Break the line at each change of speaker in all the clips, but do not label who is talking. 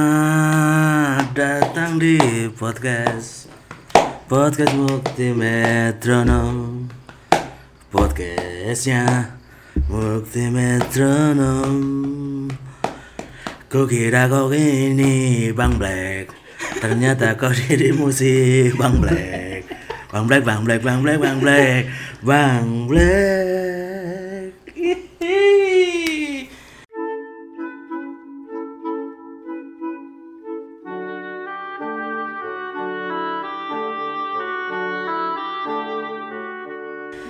Selamat datang di podcast Podcast Mukti Metronom Podcastnya Mukti Metronom Kukira kau ini Bang Black Ternyata kau dirimu si Bang Black Bang Black, Bang Black, Bang Black, Bang Black Bang Black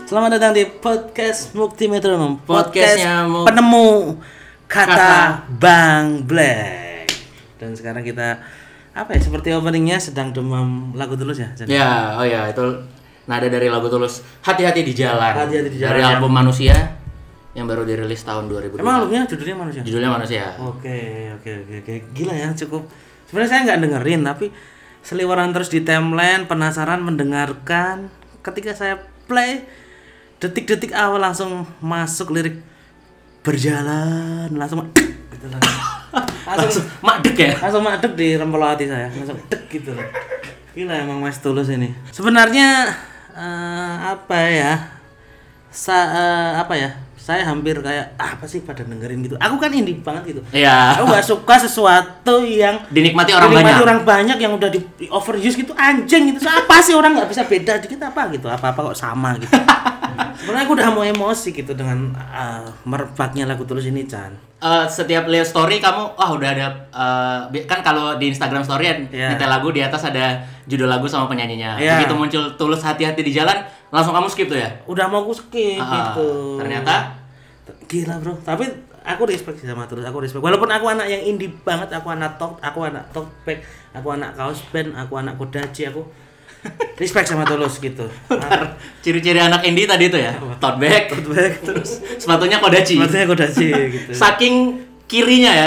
Selamat datang di podcast Mukti Metronom Podcast
Podcastnya Muk-
penemu kata,
Kata.
Bang Black Dan sekarang kita apa ya seperti openingnya sedang demam lagu tulus ya Zen?
Ya, oh ya itu nada dari lagu Tulus Hati-hati di jalan.
Hati-hati di jalan,
Dari
ya.
album Manusia yang baru dirilis tahun 2000.
Emang albumnya judulnya manusia?
judulnya Manusia.
Oke, oke, oke, oke. Gila ya, cukup. Sebenarnya saya nggak dengerin, tapi seliweran terus di timeline, penasaran mendengarkan. Ketika saya play, detik-detik awal langsung masuk lirik berjalan, langsung gitu langsung. langsung
Langsung madek ya.
langsung madep di rempel hati saya langsung dek gitu loh gila emang mas tulus ini sebenarnya eh, apa ya Sa eh, apa ya saya hampir kayak "Ah, apa sih pada dengerin gitu aku kan indie banget gitu
Iya.
aku gak suka sesuatu yang
Dinikmati orang
dinikmati
banyak.
orang banyak yang udah di di overuse gitu anjing gitu apa sih orang nggak bisa beda dikit apa gitu apa apa kok sama gitu sebenarnya aku udah mau emosi gitu dengan eh, merebaknya lagu tulus ini Chan
Eh, setiap lihat story kamu wah udah ada eh, bi- kan kalau di Instagram story ya,
Iya.
nyetel lagu di atas ada judul lagu sama penyanyinya.
Iya.
Begitu muncul Tulus Hati-hati di jalan, langsung kamu skip tuh ya.
udah mau aku skip
Ah,
gitu
ternyata?
gila bro tapi aku respect sih sama terus aku respect walaupun aku anak yang indie banget aku anak top aku anak top pack aku anak kaos band aku anak kodaci aku respect sama tulus gitu
Bentar, Ciri-ciri anak indie tadi itu ya. Tote bag,
Tote bag, terus.
sepatunya kodaci.
maksudnya kodaci gitu
Iya. saking kirinya ya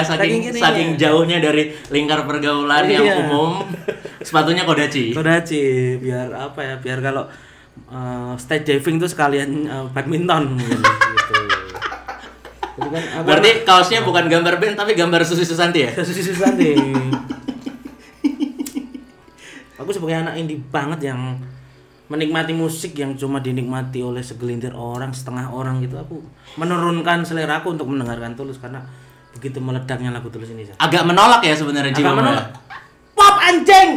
Saking
saking saking,
kirinya.
jauhnya dari lingkar pergaulan yang
Iya.
umum sepatunya kodaci
kodaci biar apa ya biar kalau eh, stage diving tuh sekalian eh, badminton mungkin, gitu Jadi kan aku
berarti kaosnya bukan gambar band tapi gambar Susi Susanti ya
Susi Susanti. Aku sebagai anak indie banget yang menikmati musik yang cuma dinikmati oleh segelintir orang, setengah orang gitu. Aku menurunkan selera aku untuk mendengarkan Tulus karena begitu meledaknya lagu Tulus ini. Sa.
agak menolak ya sebenarnya
Agak
jiwa
menolak. Pop anjing.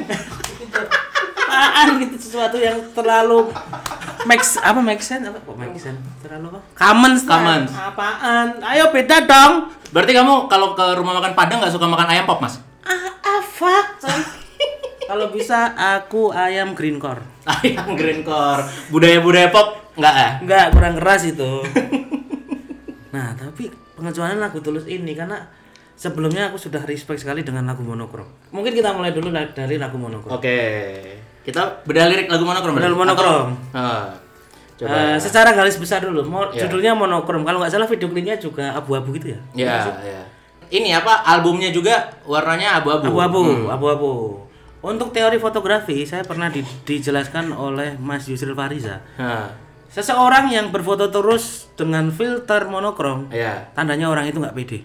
Apaan gitu sesuatu yang terlalu Max apa make sense apa kok make sense terlalu apa? Common
Common.
Apaan? Ayo beda dong.
berarti kamu kalau ke rumah makan Padang nggak suka makan ayam pop mas
Ah, ah fuck. Son. Kalau bisa aku ayam green core.
ayam greencore budaya budaya pop nggak ya
Enggak, kurang keras itu. nah, tapi pengecualian lagu tulus ini karena sebelumnya aku sudah respect sekali dengan lagu monokrom. Mungkin kita mulai dulu la- dari lagu monokrom.
oke kita bedah lirik lagu monokrom
Bedah
berarti?
monokrom.
Atau- Eh, coba
Eh, secara garis besar dulu, Mo-
Iya.
judulnya monokrom. Kalau nggak salah video klipnya juga abu-abu gitu ya.
ya ya ini apa albumnya juga warnanya abu-abu Hmm.
Abu-abu, abu-abu. Untuk teori fotografi, saya pernah di- dijelaskan oleh Mas Yusril Fariza.
Hah,
Seseorang yang berfoto terus dengan filter monokrom,
ya
tandanya orang itu nggak pede.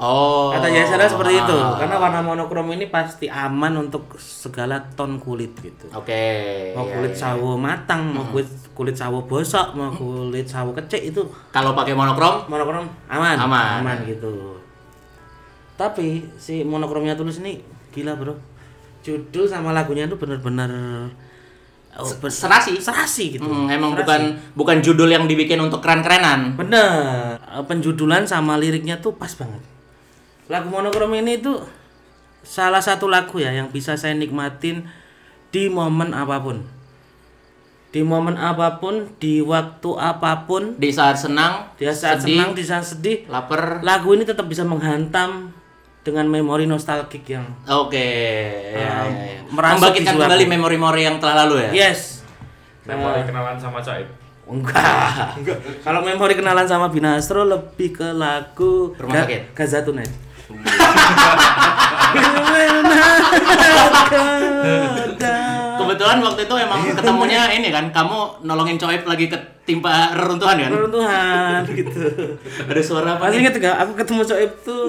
Oh.
Kata Yasara seperti itu,
Ah.
karena warna monokrom ini pasti aman untuk segala ton kulit gitu.
Oke.
Mau
iya,
kulit
iya.
sawo matang, mau kulit kulit sawo bosok, mau kulit sawo kecil itu
Kalau pakai monokrom,
monokrom aman,
Aman.
gitu. Tapi si monokromnya tulus ini gila bro. Judul sama lagunya itu bener-bener oh, ber-
serasi.
serasi gitu.
Hmm, emang bukan bukan judul yang dibikin untuk keren-kerenan.
Bener, Eh, penjudulan sama liriknya tuh pas banget. Lagu monokrom ini tuh salah satu lagu ya yang bisa saya nikmatin di momen apapun. Di momen apapun, di waktu apapun,
Di saat senang,
di saat
sedih,
senang, di saat sedih,
lapar.
lagu ini tetap bisa menghantam dengan memori nostalgik yang
Oke.
Um, Iya.
ya, ya, ya.
merasuk di
Membangkitkan
jiwaku.
kembali memori-memori yang telah lalu ya.
yes. Nah.
Memori kenalan sama Caib.
Enggak. Kalau memori kenalan sama Binastro lebih ke lagu
Rumah Sakit.
Gaza Tunai.
kebetulan waktu itu emang
Iya.
ketemunya ini kan, kamu nolongin Coib lagi ketimpa reruntuhan kan?
Peruntuhan gitu.
Ada suara apa?
Masih
nih?
inget nggak? Aku ketemu Coib tuh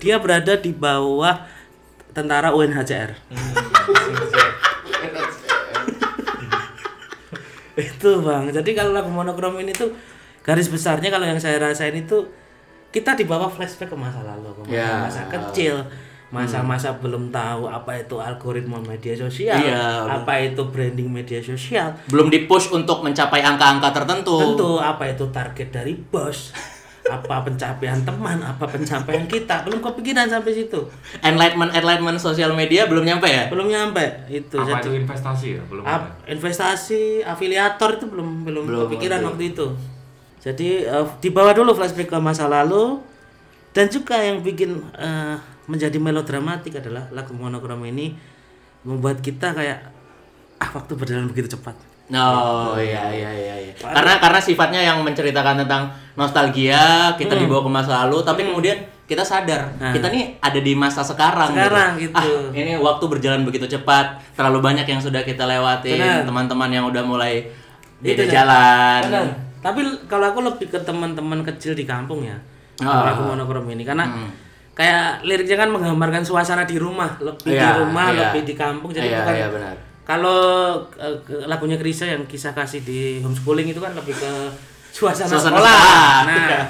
dia berada di bawah tentara UNHCR. itu bang jadi kalau lagu monokrom ini tuh garis besarnya kalau yang saya rasain itu kita dibawa flashback ke masa lalu ke masa,
Ya. Hmm.
masa kecil masa-masa belum tahu apa itu algoritma media sosial
Iya,
apa itu branding media sosial
Belum dipush untuk mencapai angka-angka tertentu.
tentu apa itu target dari bos apa pencapaian teman apa pencapaian kita belum kepikiran sampai situ
Enlightenment, enlightenment sosial media belum nyampe ya?
belum nyampe itu Jadi,
Apa itu investasi ya? Belum. ada.
Ap- investasi afiliator itu belum belum,
Belum,
kepikiran
oke.
waktu itu. Jadi eh, dibawa dulu flashback ke masa lalu dan juga yang bikin eh, menjadi melodramatik adalah lagu monokrom ini membuat kita kayak ah waktu berjalan begitu cepat.
Oh
Gitu.
iya iya iya iya. Karena karena sifatnya yang menceritakan tentang nostalgia,
Hmm.
kita dibawa ke masa lalu tapi kemudian kita sadar kita nih ada di masa sekarang.
Nah. Sekarang, gitu.
Ah, ini waktu berjalan begitu cepat, terlalu banyak yang sudah kita lewatin,
Benar.
teman-teman yang udah mulai
Itu,
beda
Jan.
jalan.
Benar. Tapi l- kalau aku lebih ke teman-teman kecil di kampung ya.
Ah. Hmm.
Lagu monokrom ini karena kayak liriknya kan menggambarkan suasana di rumah, lebih di
Iya,
rumah,
iya.
lebih di kampung jadi
Iya
bukan
iya benar.
Kalau eh, ke- lagunya Krisa yang kisah kasih di homeschooling itu kan lebih ke suasana,
Suasana
sekolah.
sekolah,
Nah,
iya.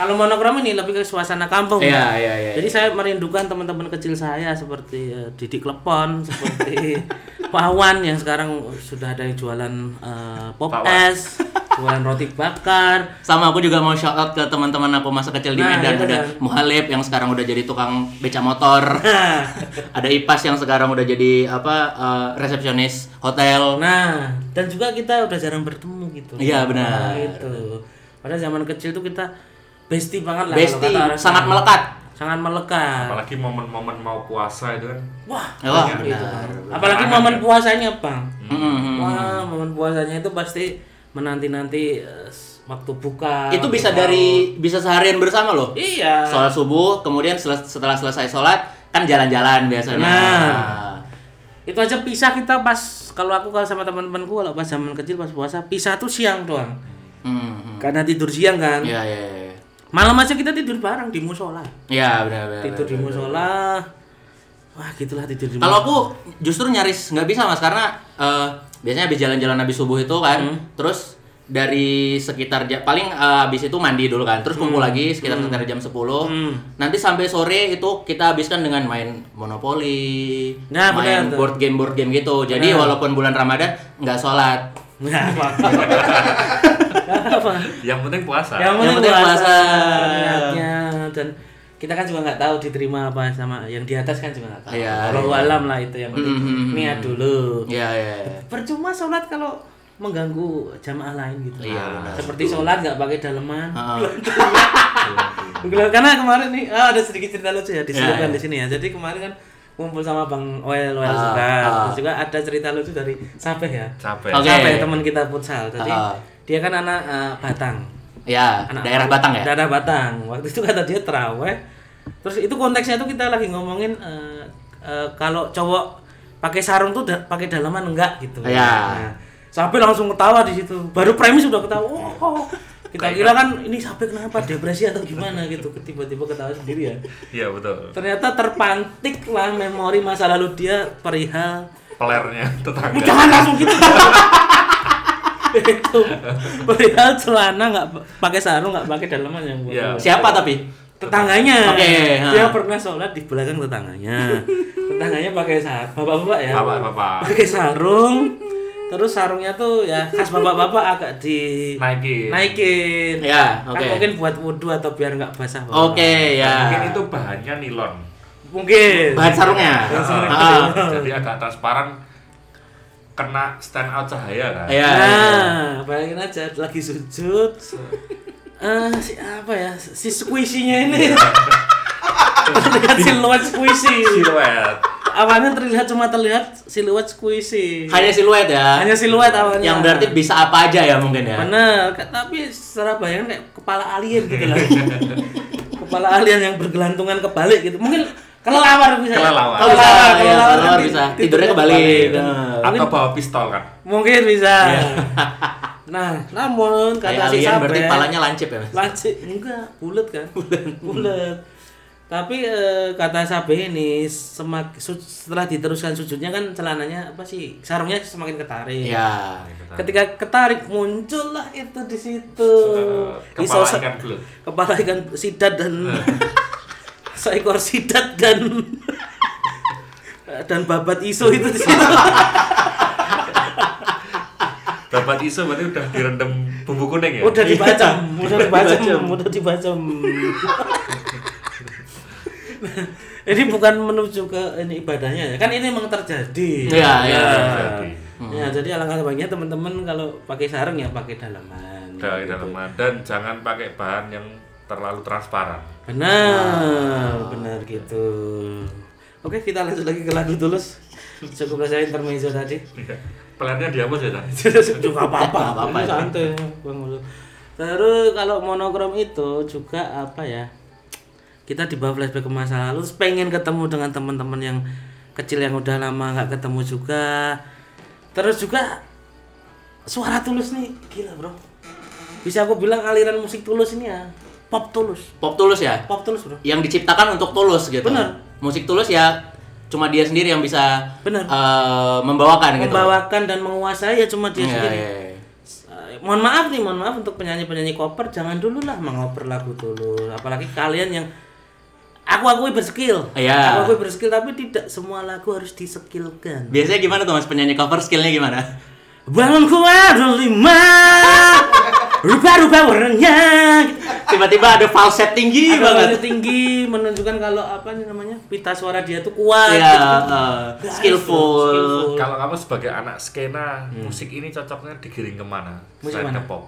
kalau monokrom ini lebih ke suasana kampung.
Iya iya iya.
Jadi saya merindukan teman-teman kecil saya seperti eh, Didik Klepon, seperti Pawan yang sekarang sudah ada yang jualan eh, pop
Pawan.
es, jualan roti bakar.
Sama aku juga mau shout out ke teman-teman aku masa kecil di
Nah, iya,
Medan ada
benar.
Muhalib yang sekarang udah jadi tukang beca motor. ada Ipas yang sekarang udah jadi apa eh, resepsionis hotel.
Nah, dan juga kita udah jarang bertemu gitu.
Iya, benar.
Gitu. Padahal zaman kecil tuh kita bestie banget lah Nah, kalau
Besti
kata orang
sangat
sekarang.
melekat.
sangat melekat.
Apalagi momen-momen mau puasa itu kan.
Wah,
Wah,
gitu
Iya, benar. Hmm.
kan. Apalagi momen puasanya, Bang.
Mm-mm.
Wah, momen puasanya itu pasti menanti-nanti eh, s- waktu buka.
Itu bisa dari bisa seharian bersama loh.
Iya.
Sholat subuh, kemudian sel- setelah selesai sholat kan jalan-jalan biasanya.
Benar.
Nah,
Itu aja pisah kita pas kalau aku kalau sama teman-temanku kalau pas zaman kecil pas puasa pisah tuh siang doang.
Mm-mm.
Karena tidur siang kan.
Mm-hmm. Iya iya iya.
Malam aja kita tidur bareng di musola.
Iya benar benar.
Tidur di musola. Wah, gitulah tidur di
Hmm. Kalau aku justru nyaris nggak bisa mas karena eh, biasanya habis jalan-jalan habis subuh itu kan,
Hmm.
terus dari sekitar ja- paling eh, habis itu mandi dulu kan, terus
Hmm.
kumpul lagi sekitar sekitar jam 10 Nanti sampai sore itu kita habiskan dengan main monopoli,
Nah, benar
main
tuh.
board game board game gitu. Jadi
Nah.
walaupun bulan Ramadan nggak sholat.
Nggak apa-apa. Nggak apa.
Yang penting puasa.
yang
Yang
penting
penting
puasa
puasa.
niatnya dan kita kan juga nggak tahu diterima apa sama yang di atas kan juga nggak tahu
Iya,
kalau alam lah itu yang penting
Mhm.
niat dulu
Iya iya. iya.
percuma sholat kalau mengganggu jamaah lain gitu
Iya, benar. Ah.
seperti sholat nggak pakai daleman
Heeh.
Kebetulan- karena kemarin nih ah, ada sedikit cerita lucu ya diselipkan
Iya, iya.
di sini ya jadi kemarin kan ngumpul sama bang Oel Oel
Ah,
juga
ah.
terus juga ada cerita lucu dari Sapeh ya
Capek.
Oke.
Sapeh teman kita futsal jadi
Ah.
dia kan anak eh, Batang
Ya,
Anak-
daerah Batang ya.
Daerah Batang. Waktu itu kata dia teraweh. Terus itu konteksnya itu kita lagi ngomongin eh, eh, kalau cowok pakai sarung tuh da- pakai dalaman enggak gitu.
Iya.
Nah, Sapi langsung ketawa di situ. Baru premis udah ketawa. Wow. Kita kira kan ini sapi kenapa depresi atau gimana gitu. Tiba-tiba ketawa sendiri ya.
Iya betul.
Ternyata terpantik lah memori masa lalu dia perihal
Pelernya tetangga.
jangan langsung gitu itu perihal celana nggak pakai sarung nggak pakai dalaman yang buat
Iya.
Siapa tapi?
tetangganya
Oke, ha.
dia pernah sholat di belakang tetangganya tetangganya pakai sarung bapak-bapak ya
Bapak-bapak.
pakai sarung terus sarungnya tuh ya khas bapak-bapak agak di
Naikin.
naikin
Ya, oke.
kan mungkin buat wudhu atau biar nggak basah bapak.
Oke, ya.
Mungkin itu bahannya nilon.
mungkin
bahan ya. sarungnya. Ah,
Bahan sarungnya.
Heeh.
Jadi agak transparan kena stand out cahaya kan.
Iya.
Nah, bayangin aja lagi sujud. Eh, si apa ya? Si squishy-nya ini.
Iya.
terlihat siluet squishy.
Siluet.
Awalnya terlihat cuma terlihat siluet squishy.
Hanya siluet ya.
Hanya siluet awalnya.
yang berarti bisa apa aja ya mungkin ya.
bener, Ka- tapi secara bayangan kayak kepala alien gitu loh. kepala alien yang bergelantungan kebalik gitu. Mungkin kelelawar bisa. ya?
Kelelawar.
Kelelawar, iya,
kelelawar
kelelawar
kan
bisa.
tidur- gitu.
Tidurnya kebalik. Nah.
Tapi-
Atau bawa pistol kan?
Mungkin bisa. nah, namun
Iya. Kayak
kata si Iya.
alien berarti
Sabret,
palanya lancip ya mas?
lancip enggak bulat kan bulat tapi eh, kata Sabe ini semak, su- setelah diteruskan sujudnya kan celananya apa sih sarungnya semakin ketarik
Iya.
ketika ketarik muncullah itu di situ Di
Kepala
sosok-
ikan belut.
kepala ikan sidat dan seekor sidat dan dan babat iso itu di situ
Babat iso berarti udah direndam bumbu kuning ya?
udah dibaca udah dibaca
dibacem.
udah dibaca ini bukan menuju ke ini ibadahnya ya kan ini memang terjadi
Iya,
Ya.
iya,
iya.
Ya, jadi alangkah baiknya teman-teman kalau pakai sarung ya pakai dalaman
Udah di dalam dan jangan pakai bahan yang terlalu transparan.
benar benar gitu oke kita lanjut lagi ke lagu tulus cukup saya intermezzo tadi
Pelannya dihapus ya, Tan?
juga apa-apa,
Nggak apa-apa,
Ini
ya.
santai Bang Ulu. Terus kalau monokrom itu juga apa ya? Kita dibawa flashback ke masa lalu, terus pengen ketemu dengan teman-teman yang kecil yang udah lama nggak ketemu juga. Terus juga suara tulus nih, gila bro. Bisa aku bilang aliran musik tulus ini ya, pop tulus,
Pop tulus ya?
pop tulus bro.
yang diciptakan untuk tulus gitu.
Benar.
Musik tulus ya cuma dia sendiri yang bisa
Benar.
eh, membawakan gitu.
Membawakan dan menguasai ya cuma dia
Iya,
sendiri.
iya, iya.
Eh, mohon maaf nih mohon maaf untuk penyanyi-penyanyi koper jangan dulu lah mengoper lagu dulu apalagi kalian yang aku akui berskill
Iya.
aku akui berskill tapi tidak semua lagu harus diskillkan
Biasanya gimana tuh Mas penyanyi cover skillnya gimana?
bangun kuat lima rubah-rubah warnanya
Tiba-tiba ada falset tinggi
Ada
banget.
nada tinggi menunjukkan kalau apa nih namanya pita suara dia tuh kuat
Iya,
gitu.
eh,
Guys,
skillful.
skillful.
Kalau kamu sebagai anak skena, musik ini cocoknya digiring kemana?
Musik
Selain
mana?
ke pop.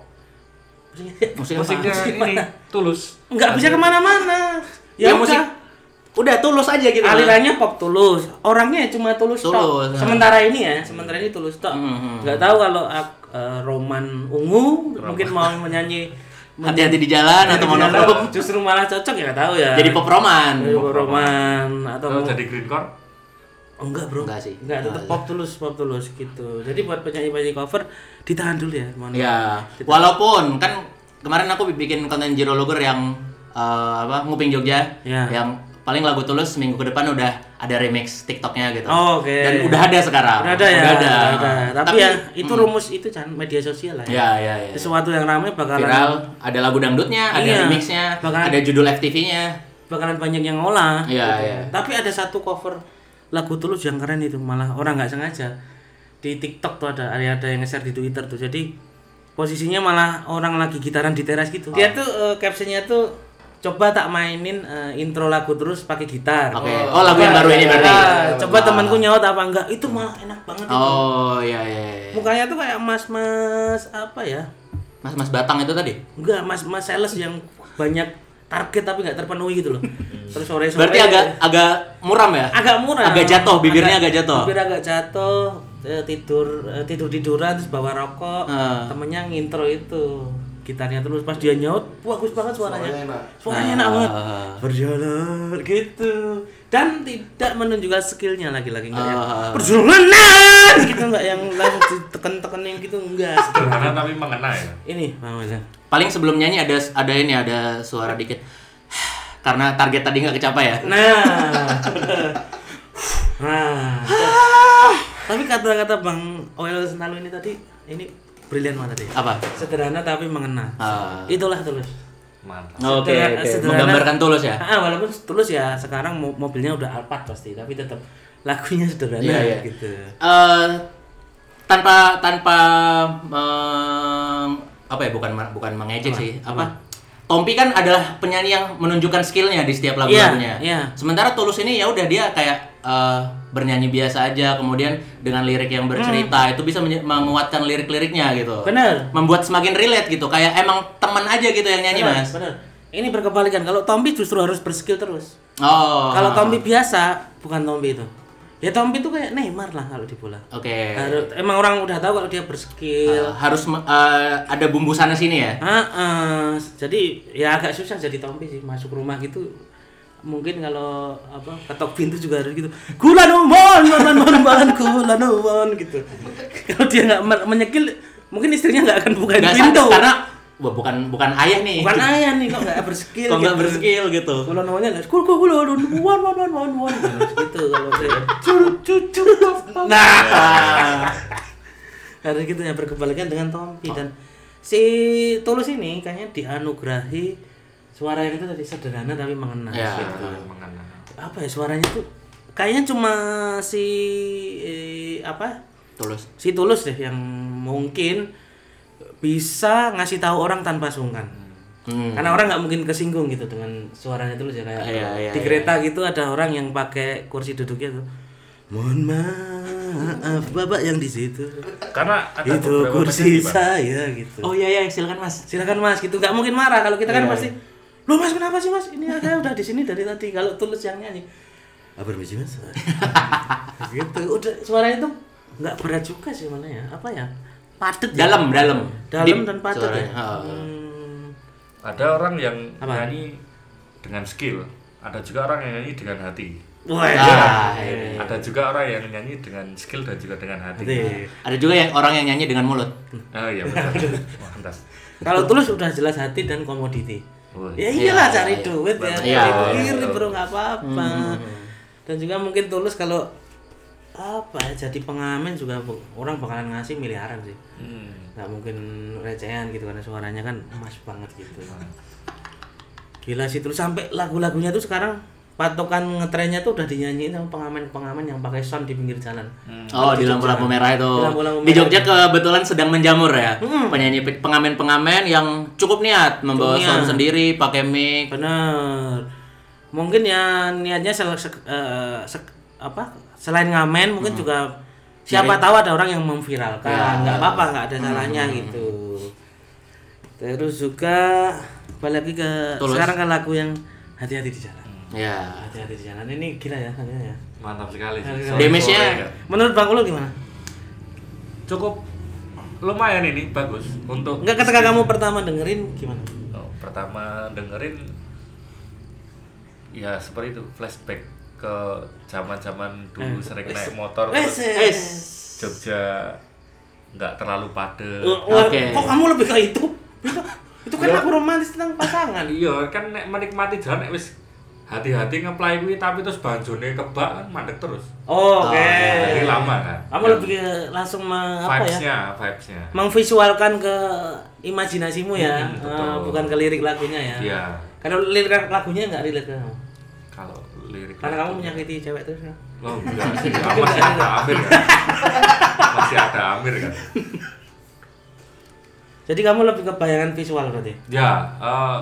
Musik apa?
Musiknya ini tulus.
nggak bisa kemana-mana
Ya,
ya,
musik
udah.
udah tulus aja gitu.
alirannya pop tulus orangnya ya cuma tulus, tok.
Tulus, ya.
sementara ini ya sementara ini tulus tok
Mhm.
nggak tahu kalau ak- eh, Roman Ungu mungkin mau menyanyi
Hati-hati di jalan atau monokrom.
Monokrom justru malah cocok ya nggak tahu ya
Jadi pop
Jadi
roman. Oh,
pop Roman atau
Kalau
mau-
jadi greencore,
Oh, enggak bro
Enggak sih.
enggak tetap pop tulus pop tulus gitu jadi buat penyanyi penyanyi cover ditahan dulu ya mohon maaf.
Ya, walaupun kan kemarin aku bikin konten Zero Logger yang eh, apa nguping Jogja,
Ya.
yang paling lagu tulus minggu ke depan udah ada remix TikToknya gitu.
Oh, oke.
Dan udah ada sekarang.
Udah ada ya
ada. hmm.
udah ada. tapi, ya itu rumus itu jangan media sosial lah ya,
Ya, ya, ya.
sesuatu yang ramai bakalan
Viral, ada lagu dangdutnya, ada
Iya.
remixnya,
Bahkan-
ada judul FTV-nya.
bakalan banyak yang ngolah. Gitu.
Iya, iya.
Tapi ada satu cover lagu tulus yang keren itu malah orang nggak sengaja di TikTok tuh ada ada ada yang nge-share di Twitter tuh. Jadi posisinya malah orang lagi gitaran di teras gitu. Dia
Oh.
tuh eh, captionnya tuh coba tak mainin eh, intro lagu terus pakai gitar.
Oke. Oh, lagu yang
Coba-
baru ini berarti.
Ah, coba temanku nyaut apa enggak? Itu malah enak banget itu.
Oh, iya, iya. iya.
Mukanya tuh kayak mas-mas apa ya?
Mas-mas Batang itu tadi.
Enggak, mas-mas sales yang banyak target tapi nggak terpenuhi gitu loh. Terus sore-sore
Hmm. Berarti agak agak muram ya?
agak murah
Agak jatuh, bibirnya agak jatuh.
bibir agak jatuh eh, tidur eh, tidur tiduran terus bawa rokok
Ah.
temennya ngintro itu gitarnya terus pas dia nyaut bagus banget suaranya suaranya enak,
Ah.
banget berjalan gitu dan tidak menunjukkan skillnya lagi-lagi ya? enggak yang
Ah.
perjalanan gitu enggak yang langsung diteken-tekenin gitu enggak
sederhana tapi mengena ya.
ini Bang Wilson.
Paling sebelum nyanyi ada ada ini ada suara dikit. Karena target tadi nggak kecapai ya.
Nah. nah. tapi kata-kata Bang Oil Senalu ini tadi ini brilian banget tadi.
Apa?
Sederhana tapi mengena.
Ah.
Itulah tulus.
Mantap.
Oke,
Sederhana-
oke.
sederhana.
menggambarkan tulus ya.
Ah, walaupun tulus ya sekarang mo- mobilnya udah Alphard pasti, tapi tetap lagunya sederhana
Iya, iya.
gitu.
Eh, tanpa tanpa meng- apa ya bukan bukan mengejek sih apa Tompi kan adalah penyanyi yang menunjukkan skillnya di setiap
Iya,
lagu-lagunya.
iya.
Sementara Tulus ini ya udah dia kayak eh, bernyanyi biasa aja, kemudian dengan lirik yang
Hmm.
bercerita itu bisa menye- menguatkan lirik-liriknya gitu.
Bener.
Membuat semakin relate gitu, kayak emang teman aja gitu yang nyanyi
Benar,
mas.
benar. Ini berkebalikan. Kalau Tompi justru harus berskill terus.
Oh.
Kalau
oke.
Tompi biasa, bukan Tompi itu. Ya Tompi itu kayak Neymar lah kalau di bola. Harus- emang orang udah tahu kalau dia berskill.
Eh, harus me- eh, ada bumbu sana sini ya.
Heeh. Jadi ya agak susah jadi tompi sih masuk rumah gitu mungkin kalau apa ketok pintu juga harus gitu gula numon numon numon gula numon gitu kalau dia nggak men- menyekil mungkin istrinya nggak akan bukain
Nggak
pintu
sadar karena wah, bukan bukan ayah nih.
bukan ayah nih kok nggak berskill
Kok nggak berskill gitu.
kalau namanya nggak kul kul kul kul wan wan wan wan wan gitu kalau
Iya.
saya cur cur cur nah harus gitu ya berkebalikan dengan Tompi dan si Tulus ini kayaknya dianugerahi suara yang itu tadi sederhana tapi mengena
Ya.
gitu.
Mengena.
apa ya suaranya tuh kayaknya cuma si eh, apa
Tulus.
si Tulus deh yang mungkin bisa ngasih tahu orang tanpa sungkan
Hmm.
karena orang nggak mungkin kesinggung gitu dengan suaranya Tulus ya kayak
Iya, iya,
di kereta gitu ada orang yang pakai kursi duduknya tuh mohon maaf bapak yang di situ
Karena ada
itu Gitu,
beberapa
kursi
penyanyi, Pak.
saya gitu
Oh iya iya silakan Mas.
silakan mas gitu nggak mungkin marah kalau kita kan pasti lo mas kenapa sih mas ini ada udah di sini dari tadi kalau tulus yang nyanyi ah permisi mas gitu udah suaranya tuh nggak berat juga sih mana ya apa ya padat ya?
Dalam dalam.
dalam
Deep
dan padat ya
suaranya. Oh. Heeh.
Hmm.
Ada orang yang
Apa?
nyanyi dengan skill, ada juga orang yang nyanyi dengan hati.
Wah,
Nah.
Ah, iya, iya.
Ada juga orang yang nyanyi dengan skill dan juga dengan hati.
Nanti.
Ada juga yang orang yang nyanyi dengan mulut.
Hmm.
Oh iya betul. Mantas.
kalau tulus udah jelas hati dan komoditi
Wah.
ya iyalah
Iya,
cari
iya.
duit ya
Iya,
cari
iya, Hmm.
diri
betul.
bro nggak apa-apa dan juga mungkin tulus kalau apa ya, jadi pengamen juga bu- orang bakalan ngasih miliaran sih
Hmm.
nggak mungkin recehan gitu karena suaranya kan emas banget gitu gila sih terus sampai lagu-lagunya tuh sekarang patokan ngetrennya tuh udah dinyanyiin sama pengamen-pengamen yang pakai sound di pinggir jalan
Oh di lampu-lampu merah itu.
Di lampu-lampu
Di
merah. Hmm.
Jogja kebetulan sedang menjamur ya. Penyanyi pe- pengamen-pengamen yang cukup niat membawa
Cukup
sound
niat.
sendiri, pakai mic.
bener mungkin ya niatnya sel- sek- eh, sek- apa selain ngamen mungkin
Hmm.
juga siapa tahu ada orang yang
Ya.
memviralkan nggak apa-apa nggak
Hmm.
ada salahnya gitu terus juga balik lagi ke
Tulus.
sekarang ke lagu yang hati-hati di jalan
Ya.
hati-hati di jalan ini gila ya lagunya ya
Mantap sekali. sih.
Harus-
Sorry,
Damage-nya.
sorry, ya.
menurut bang Ulo gimana
cukup lumayan ini bagus untuk
nggak ketika kamu pertama dengerin gimana
Oh, pertama dengerin ya seperti itu flashback ke zaman-zaman dulu sering naik motor
wes
terus
eh.
Jogja nggak terlalu padat.
Wah,
Oke.
kok kamu lebih ke itu itu kan aku romantis tentang pasangan
Iya, kan nek menikmati jalan nek wis hati-hati ngeplay kuwi tapi terus banjone kebak kan mandek terus.
Oh, Oke.
iya, Jadi lama kan.
Kamu lebih ke, langsung me- apa ya?
vibes-nya, vibes-nya.
Mengvisualkan ke imajinasimu ya,
Hmm,
eh,
betul.
bukan ke lirik lagunya ya.
Iya.
Karena lirik lagunya nggak relate ke kamu.
Kalau lirik
Karena kamu
lagu-
menyakiti cewek terus ya.
Oh, enggak sih. Ah, masih ada Amir kan. Masih ada Amir kan.
Jadi kamu lebih ke bayangan visual berarti.
Ya, eh,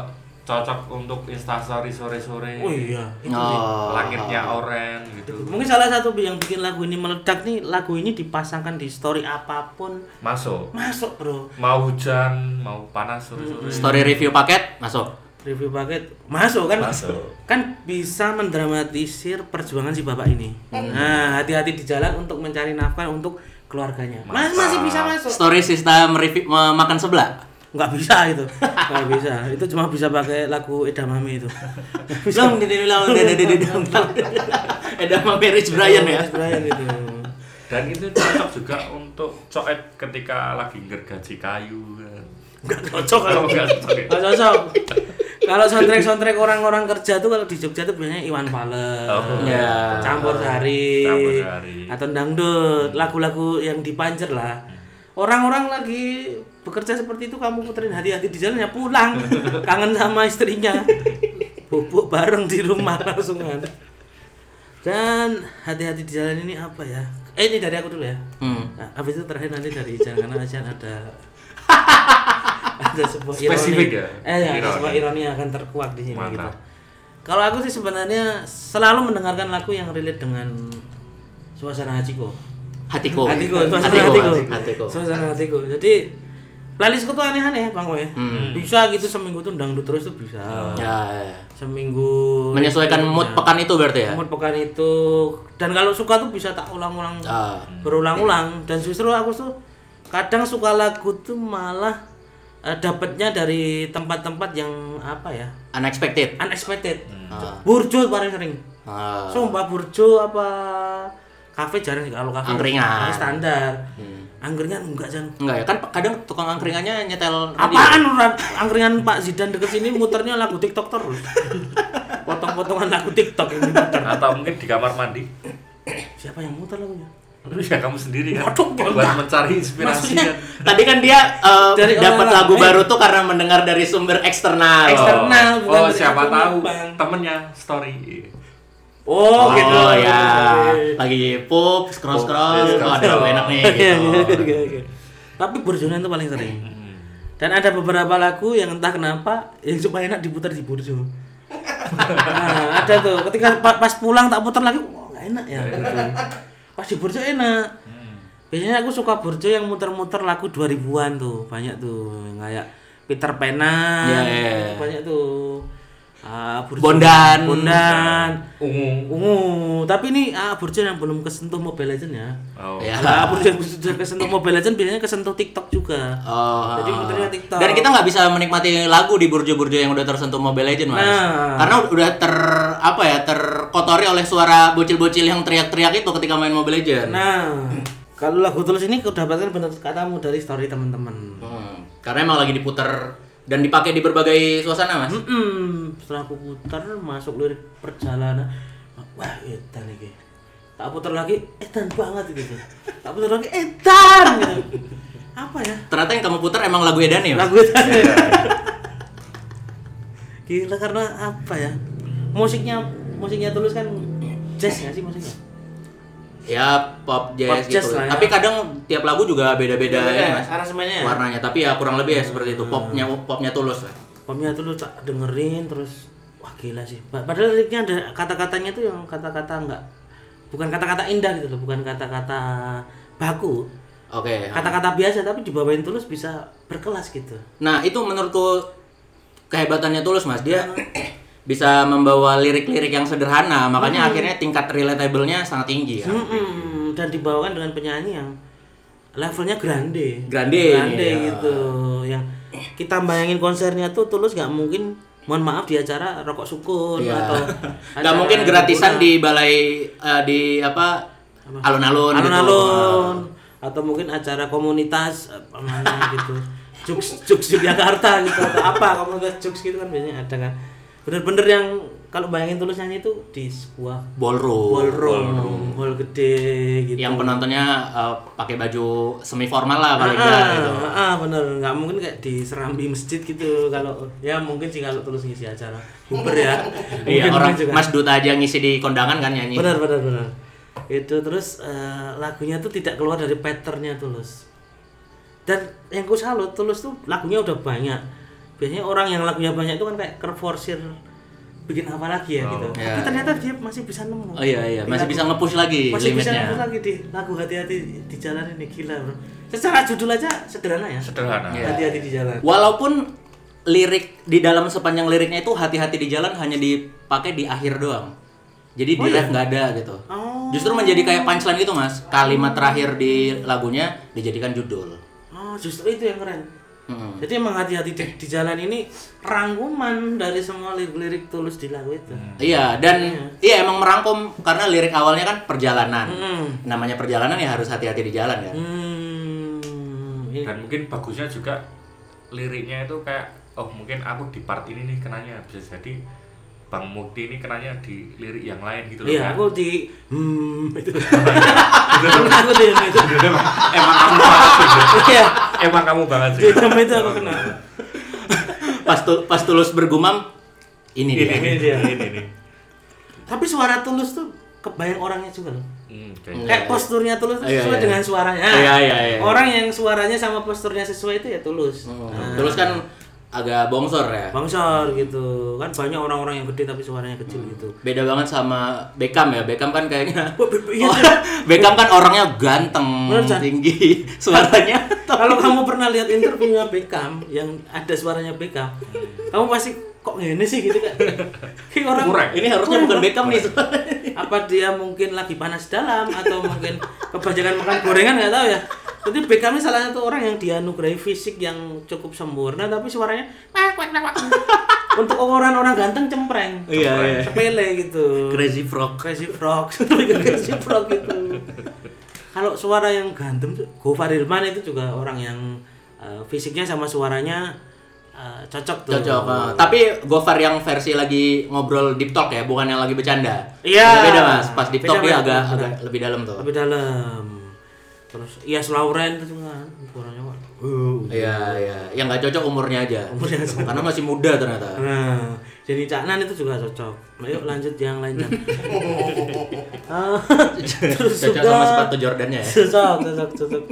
cocok untuk instastory sore-sore.
Oh iya. Ah. itu sih.
Oh.
Langitnya oranye gitu.
Mungkin salah satu yang bikin lagu ini meledak nih, lagu ini dipasangkan di story apapun
Masuk.
masuk bro.
Mau hujan, mau panas sore-sore.
Story review paket masuk.
Review paket masuk kan?
Masuk.
kan bisa mendramatisir perjuangan si bapak ini. Nah, hati-hati di jalan untuk mencari nafkah untuk keluarganya. Mas
Mantap.
masih bisa masuk.
Story sistem review me- makan sebelah.
Nggak bisa itu. Nggak bisa. Itu cuma bisa pakai lagu Edamame itu.
Long dede long dede dede dong. Ada marriage Brian ya.
Brian itu.
Dan itu cocok juga untuk coet ketika lagi ngergaji kayu. kan.
Nggak cocok kalau
Kalau enggak cocok ya.
Nggak cocok. Kalau soundtrack-soundtrack orang-orang kerja tuh kalau di Jogja tuh biasanya Iwan Fals,
Oh.
Ya.
campur sari,
Campur sari. Hmm.
atau dangdut, lagu-lagu yang dipanjer lah. Orang-orang lagi bekerja seperti itu kamu puterin hati-hati di jalan ya pulang, kangen sama istrinya, bubuk bareng di rumah langsungan. Dan hati-hati di jalan ini apa ya? Eh ini dari aku dulu ya.
Hmm.
Nah, habis itu terakhir nanti dari Ijan karena Ijan ada ada sebuah
Spesifik
ironi.
ya?
Eh, ya, ada
Ironi.
sebuah ironi yang akan terkuak di sini
Mantap.
gitu. Kalau aku sih sebenarnya selalu mendengarkan lagu yang relate dengan suasana hatiku.
Hatiku.
Hatiku, suasana
Hatiku.
hatiku.
Hatiku.
Suasana hatiku. Jadi playlistku tuh aneh-aneh, Bang Koy.
Hmm.
Bisa gitu seminggu tuh dangdut terus tuh bisa.
Ya. ya.
Seminggu
Menyesuaikan mood pekan itu berarti ya.
mood pekan itu dan kalau suka tuh bisa tak ulang-ulang
Ah.
Hmm. berulang-ulang dan justru aku tuh kadang suka lagu tuh malah eh, eh, dapatnya dari tempat-tempat yang apa ya
unexpected
unexpected
Ah.
burjo paling sering
Ah.
sumpah burjo apa kafe jarang sih kalau kafe
Angkringan. Hmm.
Kafe standar angkringan enggak jangan
Enggak ya, kan kadang tukang angkringannya nyetel radio.
apaan orang angkringan Pak Zidan deket sini muternya lagu TikTok terus potong-potongan lagu TikTok yang diputer
atau mungkin di kamar mandi
siapa yang muter lagunya
lu ya kamu sendiri kan
Waduh,
buat mencari inspirasi
Maksudnya,
kan
Tadi kan dia eh,
Dari
dapat
orang
lagu
lain.
baru tuh karena mendengar dari sumber eksternal.
Eksternal. Kenal, bukan
kan. oh
dari
siapa
aku
tahu
numpang.
temennya story
oh,
Oh,
gitu
ya. Lagi pop, scroll
Pop,
scroll.
scroll,
Waduh,
scroll.
enak nih
Oke, oke,
gitu. Hmm.
oke, oke. iya, tapi burjonya itu paling sering dan ada beberapa lagu yang entah kenapa yang cuma enak diputar di burjo nah, ada tuh ketika pa- pas pulang tak putar lagi wah nggak enak ya burjo. pas di burjo enak
Hmm.
biasanya aku suka burjo yang muter-muter lagu 2000-an tuh banyak tuh yang kayak Peter Panan
Ya, ya, ya.
banyak tuh Ah, burjo-
Bondan.
Bondan
ungu
ungu tapi ini ah, burjo yang belum kesentuh Mobile Legends ya
oh.
Ya.
Nah, aku sudah sudah kesentuh Mobile Legends biasanya kesentuh TikTok juga.
Oh,
Jadi muternya TikTok.
Dan kita nggak bisa menikmati lagu di burjo-burjo yang udah tersentuh Mobile Legends, Mas.
Nah.
Karena ud- udah ter apa ya, terkotori oleh suara bocil-bocil yang teriak-teriak itu ketika main Mobile Legends.
Nah, kalau lagu tulus ini kau dapatkan benar katamu dari story teman-teman.
Hmm, Karena emang lagi diputer dan dipakai di berbagai
Hmm.
suasana, Mas.
Mm-mm. Setelah aku putar masuk lirik perjalanan, wah edan lagi. Tak putar lagi, edan banget gitu. Tak putar lagi, edan. gitu. Apa ya?
Ternyata yang kamu putar emang lagu Edan ya, Mas?
Lagu edan. ya? Gila karena apa ya? Musiknya musiknya tulus kan jazz nggak sih musiknya?
Ya pop
Pop
jazz,
jazz
gitu.
lah ya.
Tapi kadang tiap lagu juga beda-beda ya, Mas.
Aransemennya ya? Hmm.
Warnanya, tapi ya kurang lebih ya seperti itu. Popnya popnya tulus lah.
Pamnya tuh lu tak dengerin terus wah gila sih. Pa- Padahal liriknya ada kata-katanya tuh yang kata-kata enggak bukan kata-kata indah gitu loh, bukan kata-kata baku.
Oke.
Kata-kata biasa tapi dibawain tulus bisa berkelas gitu.
Nah, itu menurutku kehebatannya Tulus, Mas. Dia bisa membawa lirik-lirik yang sederhana,
Hmm.
makanya akhirnya tingkat relatable-nya sangat tinggi ya.
Mm-mm, dan dibawakan dengan penyanyi yang levelnya grande.
Grande, iya.
gitu. Yang kita bayangin konsernya tuh tulus nggak mungkin mohon maaf di acara rokok sukun
Iya.
atau
Nggak
acara
mungkin gratisan
hiburan.
di balai eh, di apa? Alun-alun gitu.
alun-alun Ah. atau mungkin acara komunitas eh, mana gitu Jux Jux Yogyakarta gitu atau apa komunitas Jux gitu kan biasanya ada kan bener-bener yang kalau bayangin tulisannya itu di sebuah
Ballroom.
ballroom hall gede gitu
Yang penontonnya eh, pakai baju semi formal lah
ah,
paling nggak gitu.
ah, bener nggak mungkin kayak di serambi masjid gitu kalau ya mungkin sih kalau tulus ngisi acara Uber ya Mungkin
Iya, orang
juga.
Mas Duta aja ngisi di kondangan kan nyanyi.
benar benar benar itu terus eh, lagunya tuh tidak keluar dari patternnya tulus dan yang ku salut tulus tuh lagunya udah banyak biasanya orang yang lagunya banyak itu kan kayak kerforsir bikin apa lagi ya gitu tapi
Iya.
ternyata dia masih bisa nemu
Oh iya iya,
Di
masih
lagu-
bisa nge-push lagi
masih bisa
limitnya.
nemu lagi di lagu hati-hati di jalan ini gila bro secara judul aja sederhana ya
sederhana
Iya.
hati-hati di jalan
Walaupun lirik di dalam sepanjang liriknya itu hati-hati di jalan hanya dipakai di akhir doang. Jadi di ref nggak ada gitu.
Oh.
Justru menjadi kayak punchline gitu mas. Kalimat terakhir di lagunya dijadikan judul.
oh justru itu yang keren
Mm-mm.
Jadi emang hati-hati di, di jalan ini rangkuman dari semua lirik-lirik tulus di lagu itu.
Iya dan iya emang merangkum karena lirik awalnya kan perjalanan. Namanya perjalanan ya harus hati-hati di jalan kan.
Hmm, ini
dan mungkin bagusnya juga liriknya itu kayak oh mungkin aku di part ini nih kenanya bisa jadi Bang Mukti ini kenanya di lirik yang lain gitu loh
Iya,
kan
aku di hmm itu. aku di yang itu.
emang kamu banget sih, Bro.
Iya,
emang kamu banget
di
sih
yang itu aku kenal.
Pas tu- pas tulus bergumam ini
ini
dia.
ini dia ini nih
Tapi suara tulus tuh kebayang orangnya juga loh.
Hmm, oke.
Kayak posturnya tulus tuh
Iya,
sesuai
iya.
dengan suaranya.
Iya, iya, iya.
Orang yang suaranya sama posturnya sesuai itu ya tulus. Nah,
Tulus kan agak bongsor ya.
bangsor gitu. Kan banyak orang-orang yang gede tapi suaranya kecil gitu.
beda banget sama Beckham ya Beckham kan kayaknya
Wah, be- iya.
Beckham kan orangnya ganteng
Bener, Chan.
tinggi suaranya
Kalau kamu pernah lihat interviewnya Beckham yang ada suaranya Beckham, kamu pasti kok ngene sih gitu kan. Kayak orang
Kurang.
ini harusnya bukan Beckham nih suaranya.
apa dia mungkin lagi panas dalam atau mungkin kebanyakan makan gorengan nggak tahu ya Jadi Beckham ini salah satu orang yang dianugerahi fisik yang cukup sempurna tapi suaranya "Wak, wak, wak, wak." untuk orang-orang ganteng cempreng.
Iya, iya.
Sepele gitu.
Crazy Frog.
Crazy Frog, Crazy Frog itu. Kalau suara yang ganteng, tuh, Gofar Hilman itu juga orang yang eh, fisiknya sama suaranya eh, cocok tuh.
Cocok. eh. Tapi Gofar yang versi lagi ngobrol deep talk ya, bukan yang lagi bercanda.
Iya.
Agak Beda Mas. Pas deep
Beda,
talk dia
beda,
agak
beda.
agak lebih dalam tuh.
Tapi dalam. Terus Ias Lauren itu juga suaranya kok. Uh.
Iya, iya. Yang nggak cocok umurnya aja.
Umurnya aja.
Karena masih muda ternyata.
Nah, jadi Caknan itu juga cocok. Ayo lanjut yang lain. Cak. Ah, Terus
cocok
juga-
sama sepatu Jordannya ya.
cocok cocok cocok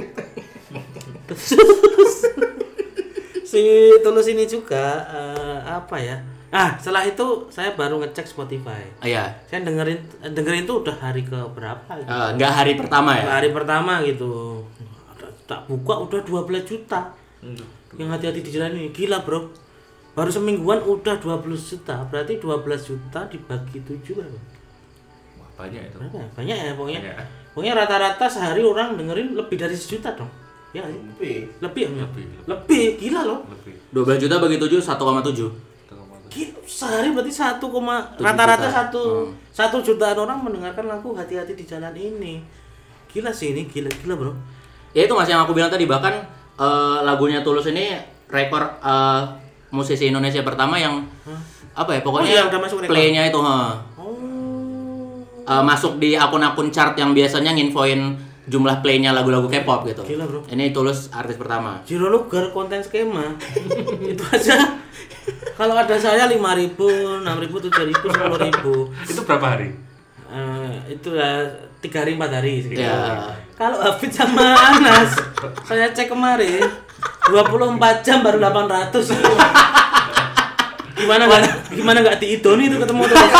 si tulus ini juga eh, apa ya ah setelah itu saya baru ngecek Spotify
Ah, Iya.
saya dengerin dengerin tuh udah hari ke berapa gitu.
Eh, Nggak hari pertama ya.
hari pertama gitu tak buka udah 12 juta yang hati-hati di jalan ini gila bro baru semingguan udah 12 juta berarti 12 juta dibagi 7 berapa
Wah, banyak itu.
berapa ya? banyak ya pokoknya
Banyak.
pokoknya rata-rata sehari orang dengerin lebih dari sejuta dong ya nggak sih?
Tapi
lebih ya?
Lebih.
lebih gila loh
Lebih.
12 juta bagi 7 1,7.
Gila, sehari berarti satu koma rata-rata satu satu jutaan orang mendengarkan lagu hati-hati di jalan ini gila sih ini gila gila bro
Ya itu Mas yang aku bilang tadi bahkan eh, lagunya Tulus ini rekor eh, musisi Indonesia pertama yang apa ya pokoknya
Oh, iya, udah masuk rekor.
play-nya itu ha.
oh
Eh, masuk di akun-akun chart yang biasanya nginfoin jumlah play-nya lagu-lagu K-pop gitu.
Gila, bro.
Ini Tulus artis pertama.
Jiro Lugar konten skema itu aja kalau ada saya 5.000, 6.000, 7.000, 10.000
Itu berapa hari?
Eh, itu ya tiga hari empat hari sekitar.
Ya.
Kalau Hafid sama Anas, saya cek kemarin 24 jam baru 800. gimana nggak gimana nggak dihitung itu ketemu terus.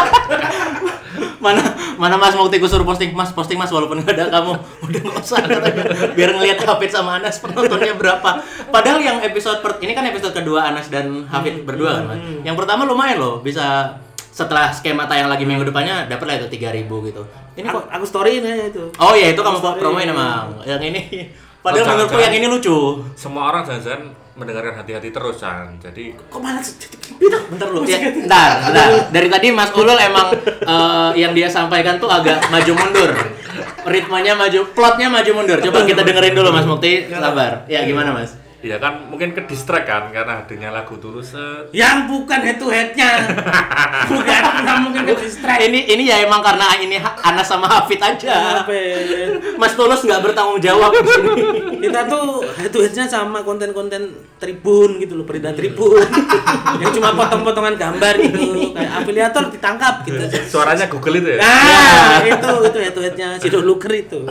mana mana Mas Mukti kusur posting Mas posting Mas walaupun gak ada kamu udah nggak usah katanya. biar ngelihat Hafid sama Anas penontonnya berapa padahal yang episode per- ini kan episode kedua Anas dan Hafid berdua kan Mas yang pertama lumayan loh bisa setelah skema tayang lagi minggu depannya dapat lah itu 3000 gitu ini
aku,
kok
aku storyin aja itu.
oh ya itu kamu
Story.
promoin emang yang ini padahal
Oh,
menurutku
jangan-jangan.
yang ini lucu
Semua orang jangan mendengarkan hati-hati terus, San. Jadi
Kok malah jadi gitu?
Bentar lu, ya, bentar, bentar. Dari tadi Mas Ulul emang eh, yang dia sampaikan tuh agak maju mundur. Ritmenya maju, plotnya maju mundur. Coba kita dengerin dulu Mas Mukti,
Iya.
sabar. Ya gimana Mas?
Iya kan mungkin ke distract kan karena hadirnya lagu tulus eh, set.
Yang bukan head to headnya. bukan nggak mungkin ke distract.
Ini ini ya emang karena ini Ha- Anas sama Hafid aja.
Ya, Hafid.
Mas Tulus nggak bertanggung jawab di sini.
kita tuh head to headnya sama konten-konten tribun gitu loh berita tribun yang cuma potong-potongan gambar gitu kayak afiliator ditangkap gitu
Iya. suaranya Google itu ya.
nah itu itu head to headnya si Luker itu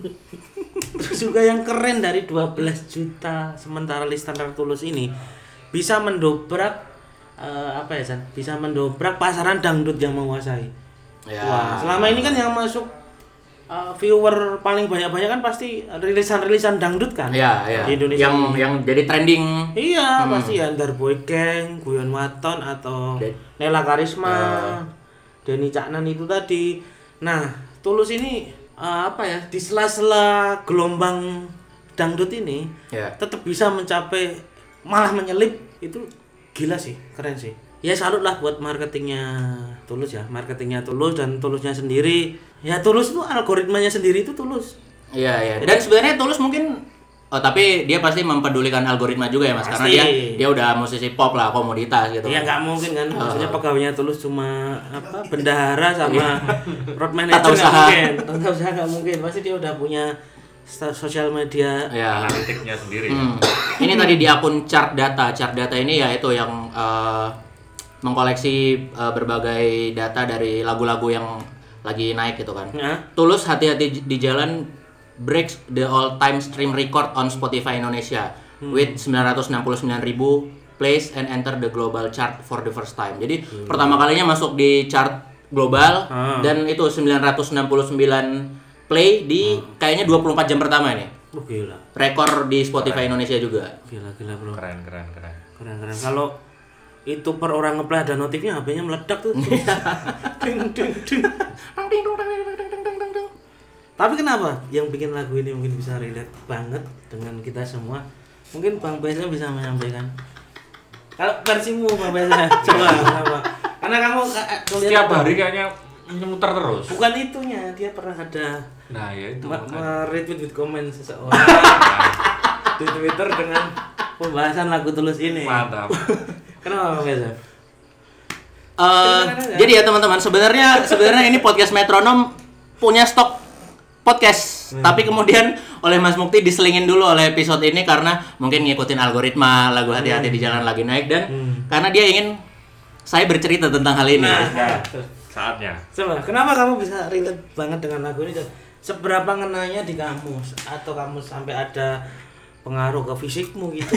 Terus juga yang keren dari 12 juta sementara listener tulus ini bisa mendobrak eh, apa ya San? bisa mendobrak pasaran dangdut yang menguasai
Ya.
Wah, selama ini kan yang masuk uh, viewer paling banyak-banyak kan pasti rilisan-rilisan dangdut kan?
Ya, ya.
Di Indonesia.
Yang yang jadi trending.
Iya, pasti ya Andar Boy Gang, Guyon Waton atau
Dan-
Nela Karisma, Denny Caknan itu tadi. Nah, Tulus ini uh, apa ya? Di sela-sela gelombang dangdut ini
Ya.
tetap bisa mencapai malah menyelip itu gila sih, keren sih. Ya salut lah buat marketingnya Tulus ya, marketingnya Tulus dan Tulusnya sendiri. Ya Tulus tuh algoritmanya sendiri itu Tulus.
Iya, iya. Dan sebenarnya Tulus mungkin Oh, tapi dia pasti mempedulikan algoritma juga ya, Mas. Karena
Pasti.
dia dia udah musisi pop lah, komoditas gitu.
Ya nggak mungkin kan, maksudnya pegawainya tulus cuma apa bendahara sama road manager
Tata
nggak
usaha.
mungkin, Iya. tata usaha nggak mungkin, pasti dia udah punya sta- sosial media.
Ya.
Analitiknya sendiri.
Hmm. Ini tadi di akun chart data. Chart data ini ya itu yang eh, mengkoleksi eh, berbagai data dari lagu-lagu yang lagi naik gitu kan.
Nah,
Tulus hati-hati j- di jalan breaks the all-time stream record on Spotify Indonesia with 969.000 plays and enter the global chart for the first time. Jadi pertama kalinya masuk di chart global dan itu 969 play di kayaknya 24 jam pertama ini
oh gila,
rekor di Spotify Indonesia juga.
gila gila bro,
Keren, keren, keren.
keren keren. Kalau itu per orang ngeplay ada notifnya HP-nya
Eh,
meledak tuh. ding ding ding. Tapi kenapa yang bikin lagu ini mungkin bisa relate banget dengan kita semua? Mungkin Bang Baisnya bisa menyampaikan. Kalau versimu Bang Baisnya, coba kenapa? Karena kamu eh, ka- kalian
Setiap
apa?
hari kayaknya muter terus.
bukan itunya, dia pernah ada
Nah, ya itu.
ma-
makanya.
retweet with comment seseorang di Twitter dengan pembahasan lagu tulus ini.
Mantap.
Kenapa Bang ya? Baisnya?
Eh, jadi ya teman-teman, sebenarnya sebenarnya ini podcast metronom punya stok podcast, tapi kemudian oleh Mas Mukti diselingin dulu oleh episode ini karena mungkin ngikutin algoritma lagu hati-hati di jalan lagi naik dan karena dia ingin saya bercerita tentang hal ini.
Nah,
Saatnya.
Coba, kenapa kamu bisa relate banget dengan lagu ini? dan Seberapa ngenanya di kamu? Atau kamu sampai ada pengaruh ke fisikmu gitu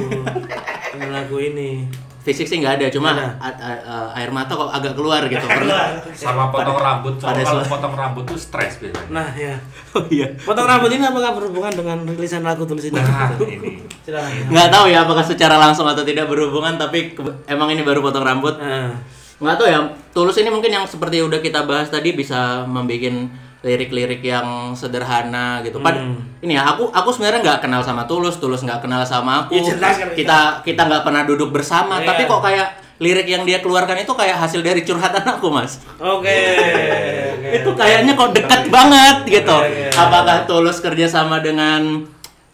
dengan lagu ini?
Fisik sih nggak ada, cuma
Nggak
a- a- a- air mata kok Iya. agak keluar gitu. Pernah.
Sama potong rambut, soalnya
pada
kalau
suara-
potong rambut tuh stres biasanya.
Nah ya,
Oh iya.
potong rambut ini apakah berhubungan dengan rilisan lagu tulis ini?
Nah, ini.
Silakan.
Nggak tahu ya apakah secara langsung atau tidak berhubungan, tapi ke- emang ini baru potong rambut.
Nah,
nggak tahu ya tulus ini mungkin yang seperti udah kita bahas tadi bisa membuat lirik-lirik yang sederhana gitu Pad-
Hmm.
ini ya aku aku sebenarnya nggak kenal sama tulus tulus nggak kenal sama aku
Ya, jelas kan
kita kita nggak pernah duduk bersama
Iya.
tapi kok kayak lirik yang dia keluarkan itu kayak hasil dari curhatan aku mas
Oke. kan. oke.
itu kayaknya kok dekat banget gitu
Iya,
apakah tulus kerja sama dengan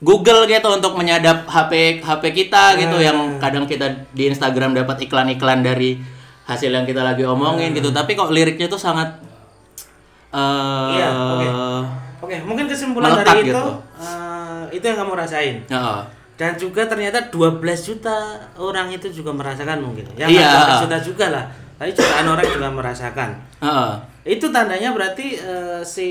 Google gitu untuk menyadap HP HP kita gitu
Iya.
yang kadang kita di Instagram dapat iklan-iklan dari hasil yang kita lagi omongin
Iya.
gitu tapi kok liriknya tuh sangat eh
Iya, oke. Oke, mungkin kesimpulan
Melekat
dari itu
gitu.
eh, itu yang kamu rasain.
heeh.
Dan juga ternyata 12 juta orang itu juga merasakan mungkin. Ya
Iya.
nggak 12 juta juga lah. Tapi jutaan orang juga merasakan.
Heeh.
itu tandanya berarti eh, si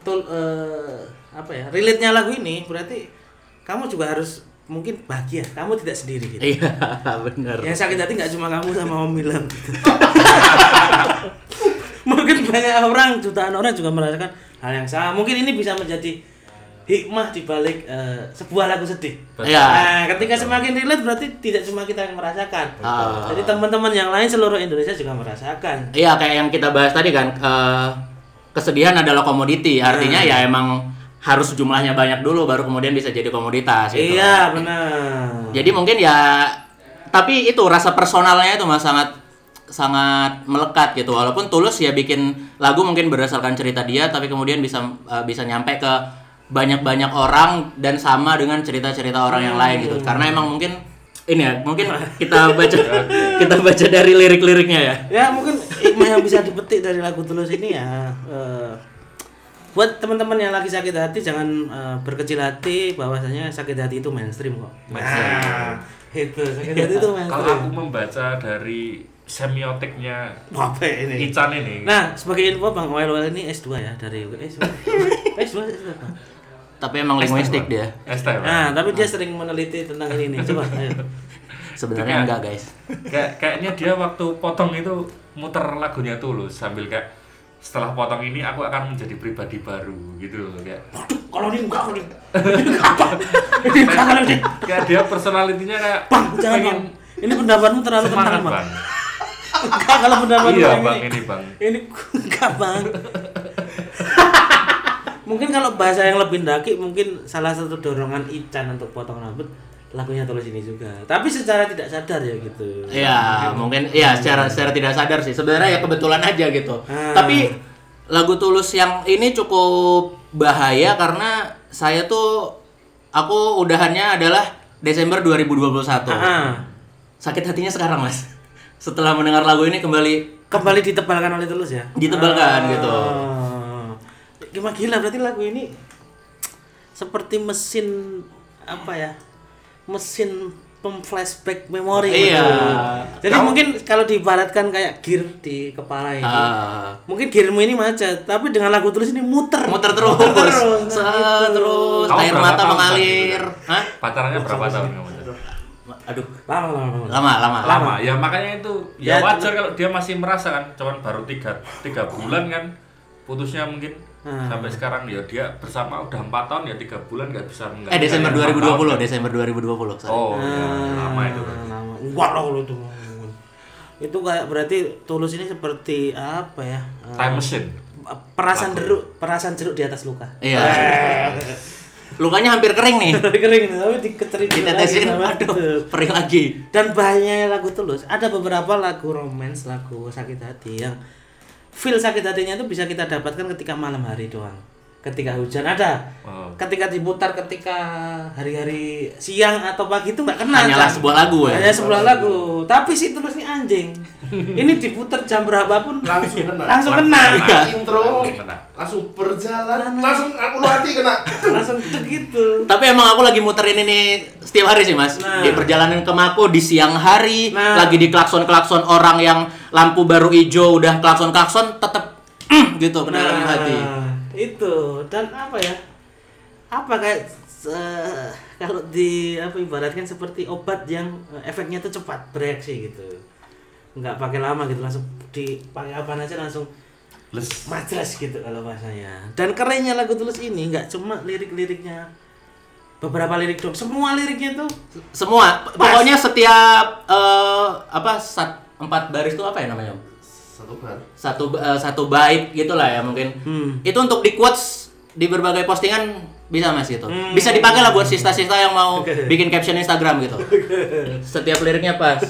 tul eh, apa ya relate nya lagu ini berarti kamu juga harus mungkin bahagia kamu tidak sendiri gitu
iya bener
yang sakit hati nggak cuma kamu sama Om Ilham gitu. mungkin banyak orang jutaan orang juga merasakan hal yang sama mungkin ini bisa menjadi hikmah dibalik eh, sebuah lagu sedih
Iya.
Nah, ketika semakin relate berarti tidak cuma kita yang merasakan
Ah.
jadi teman-teman yang lain seluruh Indonesia juga merasakan
Iya kayak yang kita bahas tadi kan eh, kesedihan adalah komoditi artinya ya
Iya.
emang harus jumlahnya banyak dulu baru kemudian bisa jadi komoditas gitu.
Iya benar.
Jadi mungkin ya tapi itu rasa personalnya itu mas sangat sangat melekat gitu walaupun tulus ya bikin lagu mungkin berdasarkan cerita dia tapi kemudian bisa eh, bisa nyampe ke banyak-banyak orang dan sama dengan cerita-cerita orang yang lain gitu karena emang mungkin ini ya mungkin kita baca kita baca dari lirik-liriknya ya
Ya mungkin hikmah yang bisa dipetik dari lagu Tulus ini ya. eh, buat teman-teman yang lagi sakit hati jangan eh, berkecil hati bahwasanya sakit hati itu mainstream kok. Nah, itu sakit hati itu
Kalau
mainstream.
aku membaca dari semiotiknya
Apa ini?
Ican ini.
Nah, sebagai info Bang Wael Wael ini S2 ya dari UGS. S2. S2.
tapi emang linguistik dia
Esteban.
Nah, tapi dia sering meneliti tentang ini. nih. Coba ayo.
sebenarnya enggak guys
Kayak kayaknya dia waktu potong itu muter lagunya tulus sambil kayak setelah potong ini aku akan menjadi pribadi baru gitu loh kayak
Kalau ini enggak kalau ini apa? Ini enggak, kalau ini.
kayak dia personalitinya kayak
Bang, jangan Bang.
pengen
Ini pendapatmu terlalu
semangat
kentang, Bang.
bang
Enggak kalau pendapat
iya
gue
bang
ini.
ini bang
Ini enggak bang. mungkin kalau bahasa yang lebih daki mungkin salah satu dorongan Ican untuk potong rambut lagunya tulis ini juga. Tapi secara tidak sadar ya gitu.
Iya, mungkin iya secara secara tidak sadar sih. Sebenarnya ya kebetulan aja gitu.
Hmm.
Tapi lagu Tulus yang ini cukup bahaya karena saya tuh aku udahannya adalah Desember 2021.
Ah,
Sakit hatinya sekarang, Mas. Setelah mendengar lagu ini kembali
kembali ditebalkan oleh tulus ya.
ditebalkan gitu.
Ah. Gimana gila berarti lagu ini seperti mesin apa ya? Mesin pemflashback memori
Iya.
gitu. Jadi mungkin kalau diibaratkan kayak gear di kepala ini.
Ah.
Mungkin gearmu ini macet, tapi dengan lagu tulus ini muter.
muter terus,
terus.
Se-
Nah, gitu.
terus
Kamu
air
berapa
mata
tahun, Bang,
mengalir.
gitu?
Hah?
pacarannya berapa tahun kamu
Aduh,
gitu. Lama lama. lama.
lama lama.
lama ya makanya itu
Ya,
ya, wajar kalau dia masih merasa kan cuman baru tiga tiga bulan kan putusnya mungkin sampai sekarang ya dia bersama udah empat tahun ya tiga bulan nggak bisa nggak
Eh Desember
nggak ada
2020, Desember 2020. sorry.
oh ya, lama itu kan
Ah, lama. Enggak lah kalau itu. Itu kayak berarti tulus ini seperti apa ya? Ah,
time machine
perasaan deru, Perasaan jeruk di atas luka.
Iya. Lukanya hampir kering nih.
Kering tapi diketerin dulu lagi
Ditetesin,
sama- gitu.
aduh, perih lagi.
dan bahayanya lagu tulus ada beberapa lagu romance lagu sakit hati yang feel sakit hatinya itu bisa kita dapatkan ketika malam hari doang ketika hujan ada
Oh.
ketika diputar ketika hari-hari siang atau pagi itu nggak kena
Hanyalah
Chan.
sebuah lagu ya.
hanya sebuah lagu tapi si tulus ini anjing ini diputar jam berapapun
langsung kena
langsung kena
Iya.
intro
Kena.
langsung berjalan langsung aku hati kena
langsung gitu
Tapi emang aku lagi muterin ini setiap hari sih mas
Nah.
Di perjalanan ke Mako di siang hari
Nah.
Lagi di klakson-klakson orang yang lampu baru hijau udah klakson-klakson tetep gitu kena
Nah.
dalam hati
itu dan apa ya apa kayak eh, kalau di apa ibaratkan seperti obat yang eh, efeknya tuh cepat bereaksi gitu nggak pakai lama gitu langsung dipakai apa aja langsung
Les.
matras gitu kalau bahasanya dan kerennya lagu tulus ini nggak cuma lirik-liriknya beberapa lirik dong semua liriknya tuh
Semua, pokoknya setiap eh, apa sat- empat baris itu apa ya namanya? Om?
satu bar
Satu eh, satu bait gitulah ya mungkin Itu untuk di quotes di berbagai postingan bisa mas gitu Bisa dipakai lah buat sista-sista yang mau bikin caption Instagram gitu Setiap liriknya pas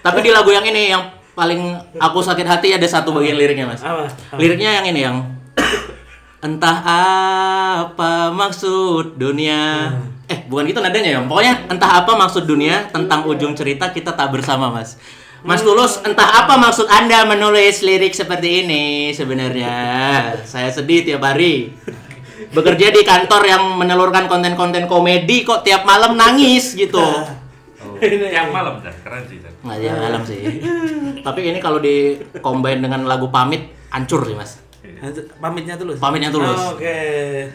Tapi di lagu yang ini yang paling aku sakit hati ada satu bagian liriknya mas
apa
Liriknya yang ini yang Entah apa maksud dunia Eh bukan gitu nadanya ya Pokoknya entah apa maksud dunia Tentang ujung cerita kita tak bersama mas Mas Tulus, entah apa maksud Anda menulis lirik seperti ini sebenarnya. Saya sedih tiap hari. Bekerja di kantor yang menelurkan konten-konten komedi kok tiap malam nangis gitu.
Oh.
Ini.
Yang malam dan keren sih dan.
Nggak tiap malam sih. Tapi ini kalau di combine dengan lagu pamit, hancur sih mas.
Nah, itu pamitnya tulus.
Pamitnya Tulus.
Oh, Oke,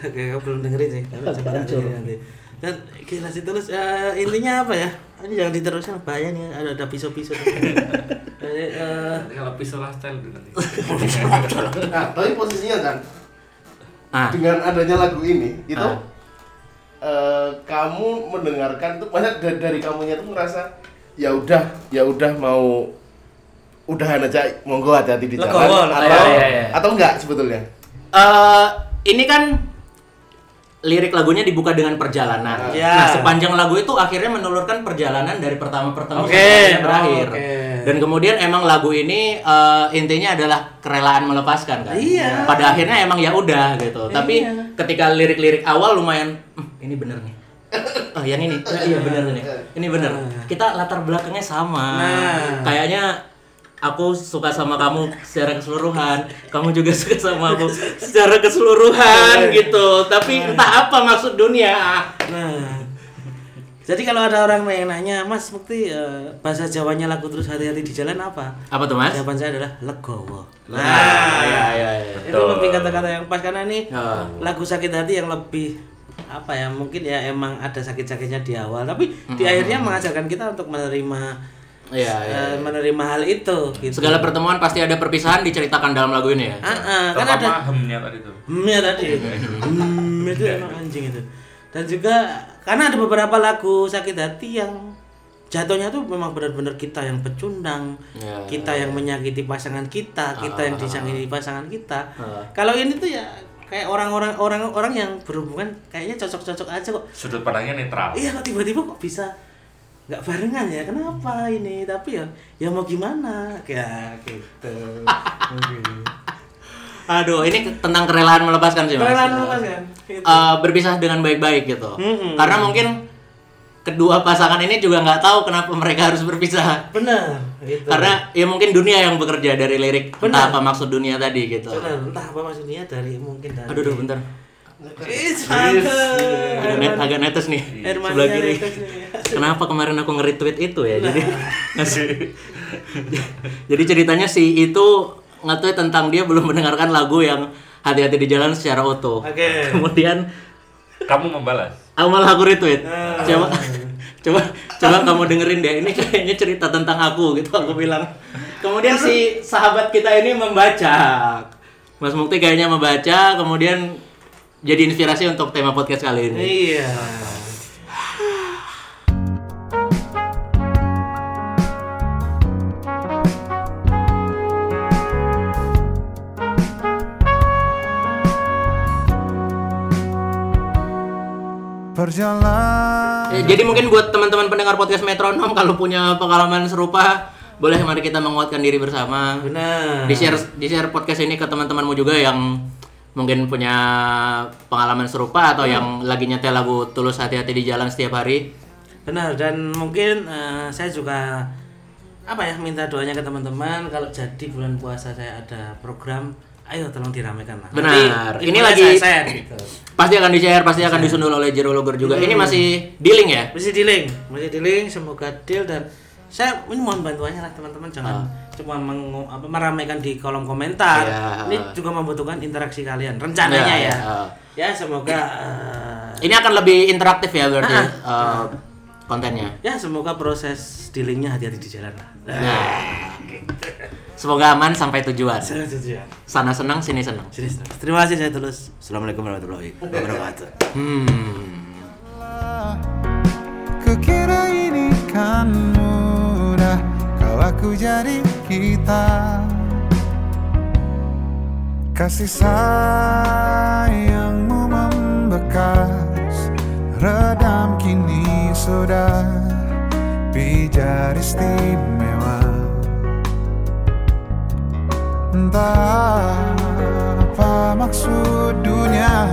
oke, aku belum dengerin sih. Aku coba dengerin nanti. Dan gila sih tulus. eh, intinya apa ya? Ini jangan diterusin bahaya nih. Ada ada pisau-pisau. Jadi, eh,
Nanti kalau pisau lifestyle itu nanti.
nah tapi posisinya kan
Ah,
dengan adanya lagu ini itu
Ah.
eh, kamu mendengarkan tuh banyak dari, dari kamunya tuh merasa ya udah ya udah mau udahan aja monggo hati-hati di jalan
Legowo, legowo.
atau
Iya, iya, iya.
atau enggak sebetulnya
eh ini kan lirik lagunya dibuka dengan perjalanan.
Ya.
Nah, sepanjang lagu itu akhirnya menelurkan perjalanan dari pertama pertemuan
Oke. Oh,
sampai berakhir.
Oke.
Dan kemudian emang lagu ini eh, intinya adalah kerelaan melepaskan kan.
Iya.
Pada akhirnya emang ya udah gitu. Tapi
Iya.
ketika lirik-lirik awal lumayan "Hmm, ini bener nih. Oh, yang ini. Oh, iya bener nih. Ini bener.
Iya.
Kita latar belakangnya sama.
Nah.
Kayaknya aku suka sama kamu secara keseluruhan, kamu juga suka sama aku secara
Iya.
keseluruhan gitu. Tapi entah apa maksud dunia.
nah. Jadi kalau ada orang yang nanya, Mas Mukti eh, bahasa Jawanya lagu terus hati-hati di jalan apa?
Apa tuh, Mas?
Jawaban saya adalah legowo. Iya,
Nah, ya ya ya.
itu lebih kata-kata yang pas karena ini
Ya.
lagu sakit hati yang lebih apa ya mungkin ya emang ada sakit-sakitnya di awal tapi di akhirnya mengajarkan kita untuk menerima
Iya, iya.
eh, menerima hal itu gitu.
Segala pertemuan pasti ada perpisahan diceritakan dalam lagu ini ya.
Ah, ah, kan ada
Terutama hemnya tadi tuh.
hmnya tadi hmm itu emang anjing itu dan juga karena ada beberapa lagu sakit hati yang jatuhnya tuh memang benar-benar kita yang pecundang
Ya. Ah.
kita yang menyakiti pasangan kita kita yang disakiti pasangan kita kalau ini tuh ya kayak orang-orang orang-orang yang berhubungan kayaknya cocok-cocok aja kok
Sudut pandangnya netral.
iya kok tiba-tiba kok bisa nggak barengan ya kenapa ini tapi ya ya mau gimana kayak gitu
Aduh, ini ke- tentang kerelaan melepaskan sih, Mas.
Kerelaan melepaskan, gitu. Mm-hmm.
Eh, berpisah dengan baik-baik gitu.
Mm-mm.
Karena mungkin kedua pasangan ini juga nggak tahu kenapa mereka harus berpisah.
benar gitu.
Karena ya mungkin dunia yang bekerja dari lirik
Benar.
entah apa maksud dunia tadi gitu.
Benar, entah apa maksudnya dari mungkin dari
Aduh, aduh bentar. iya,
It's Hunter.
Agak, net, agak netes nih
Herman
sebelah kiri.
Herman Herman.
Kenapa kemarin aku nge-retweet itu ya? Jadi Jadi ceritanya si itu nge-tweet tentang dia belum mendengarkan lagu yang hati-hati di jalan secara utuh.
Oke.
Kemudian
Kamu membalas.
aku malah aku retweet. Coba coba coba kamu dengerin deh ini kayaknya cerita tentang aku gitu aku bilang. Kemudian si sahabat kita ini membaca. Mas Mukti kayaknya membaca kemudian jadi inspirasi untuk tema podcast kali ini.
Iya.
berjalan
Ya, Jadi mungkin buat teman-teman pendengar podcast Metronom kalau punya pengalaman serupa boleh mari kita menguatkan diri bersama.
Benar.
Di share di share podcast ini ke teman-temanmu juga yang mungkin punya pengalaman serupa atau yang lagi nyetel lagu Tulus Hati-hati di jalan setiap hari.
Benar dan mungkin eh, saya juga apa ya minta doanya ke teman-teman kalau jadi bulan puasa saya ada program ayo tolong diramaikan lah.
Benar.
Nanti
Ini
infonya
lagi-
saya share gitu.
Pasti akan di-share, pasti akan disundul oleh Jero Logger juga. Ini masih dealing ya?
Masih di link, masih di link semoga deal dan saya ini mohon bantuannya lah teman-teman jangan cuma mengu- apa, meramaikan di kolom komentar.
Iya.
Ini juga membutuhkan interaksi kalian rencananya
Iya,
ya.
iya.
Ya semoga eh,
Ini akan lebih interaktif ya berarti eh, kontennya.
ya semoga proses dealingnya hati-hati di jalan lah.
Nah. Semoga aman sampai tujuan.
Saya setuju ya.
Sana senang, sini senang.
Serius, Nas. Terima kasih saya tulus. Assalamualaikum warahmatullahi wabarakatuh.
Hmm.
Kukira ini kan mudah Kalau aku jadi kita Kasih sayangmu membekas Redam kini sudah Pijar istimewa Entah apa maksud dunia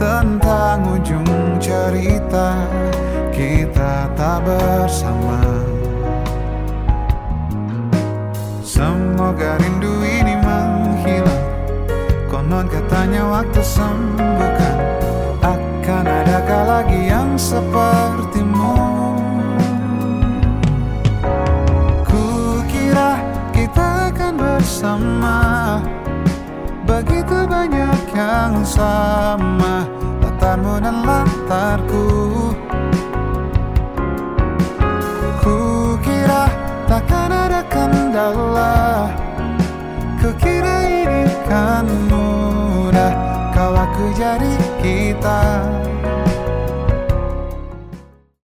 Tentang ujung cerita Kita tak bersama Semoga rindu ini menghilang Konon katanya waktu sembuhkan Akan adakah lagi yang sepertimu Kukira kita akan bersama Begitu banyak yang sama Latarmu dan latarku kan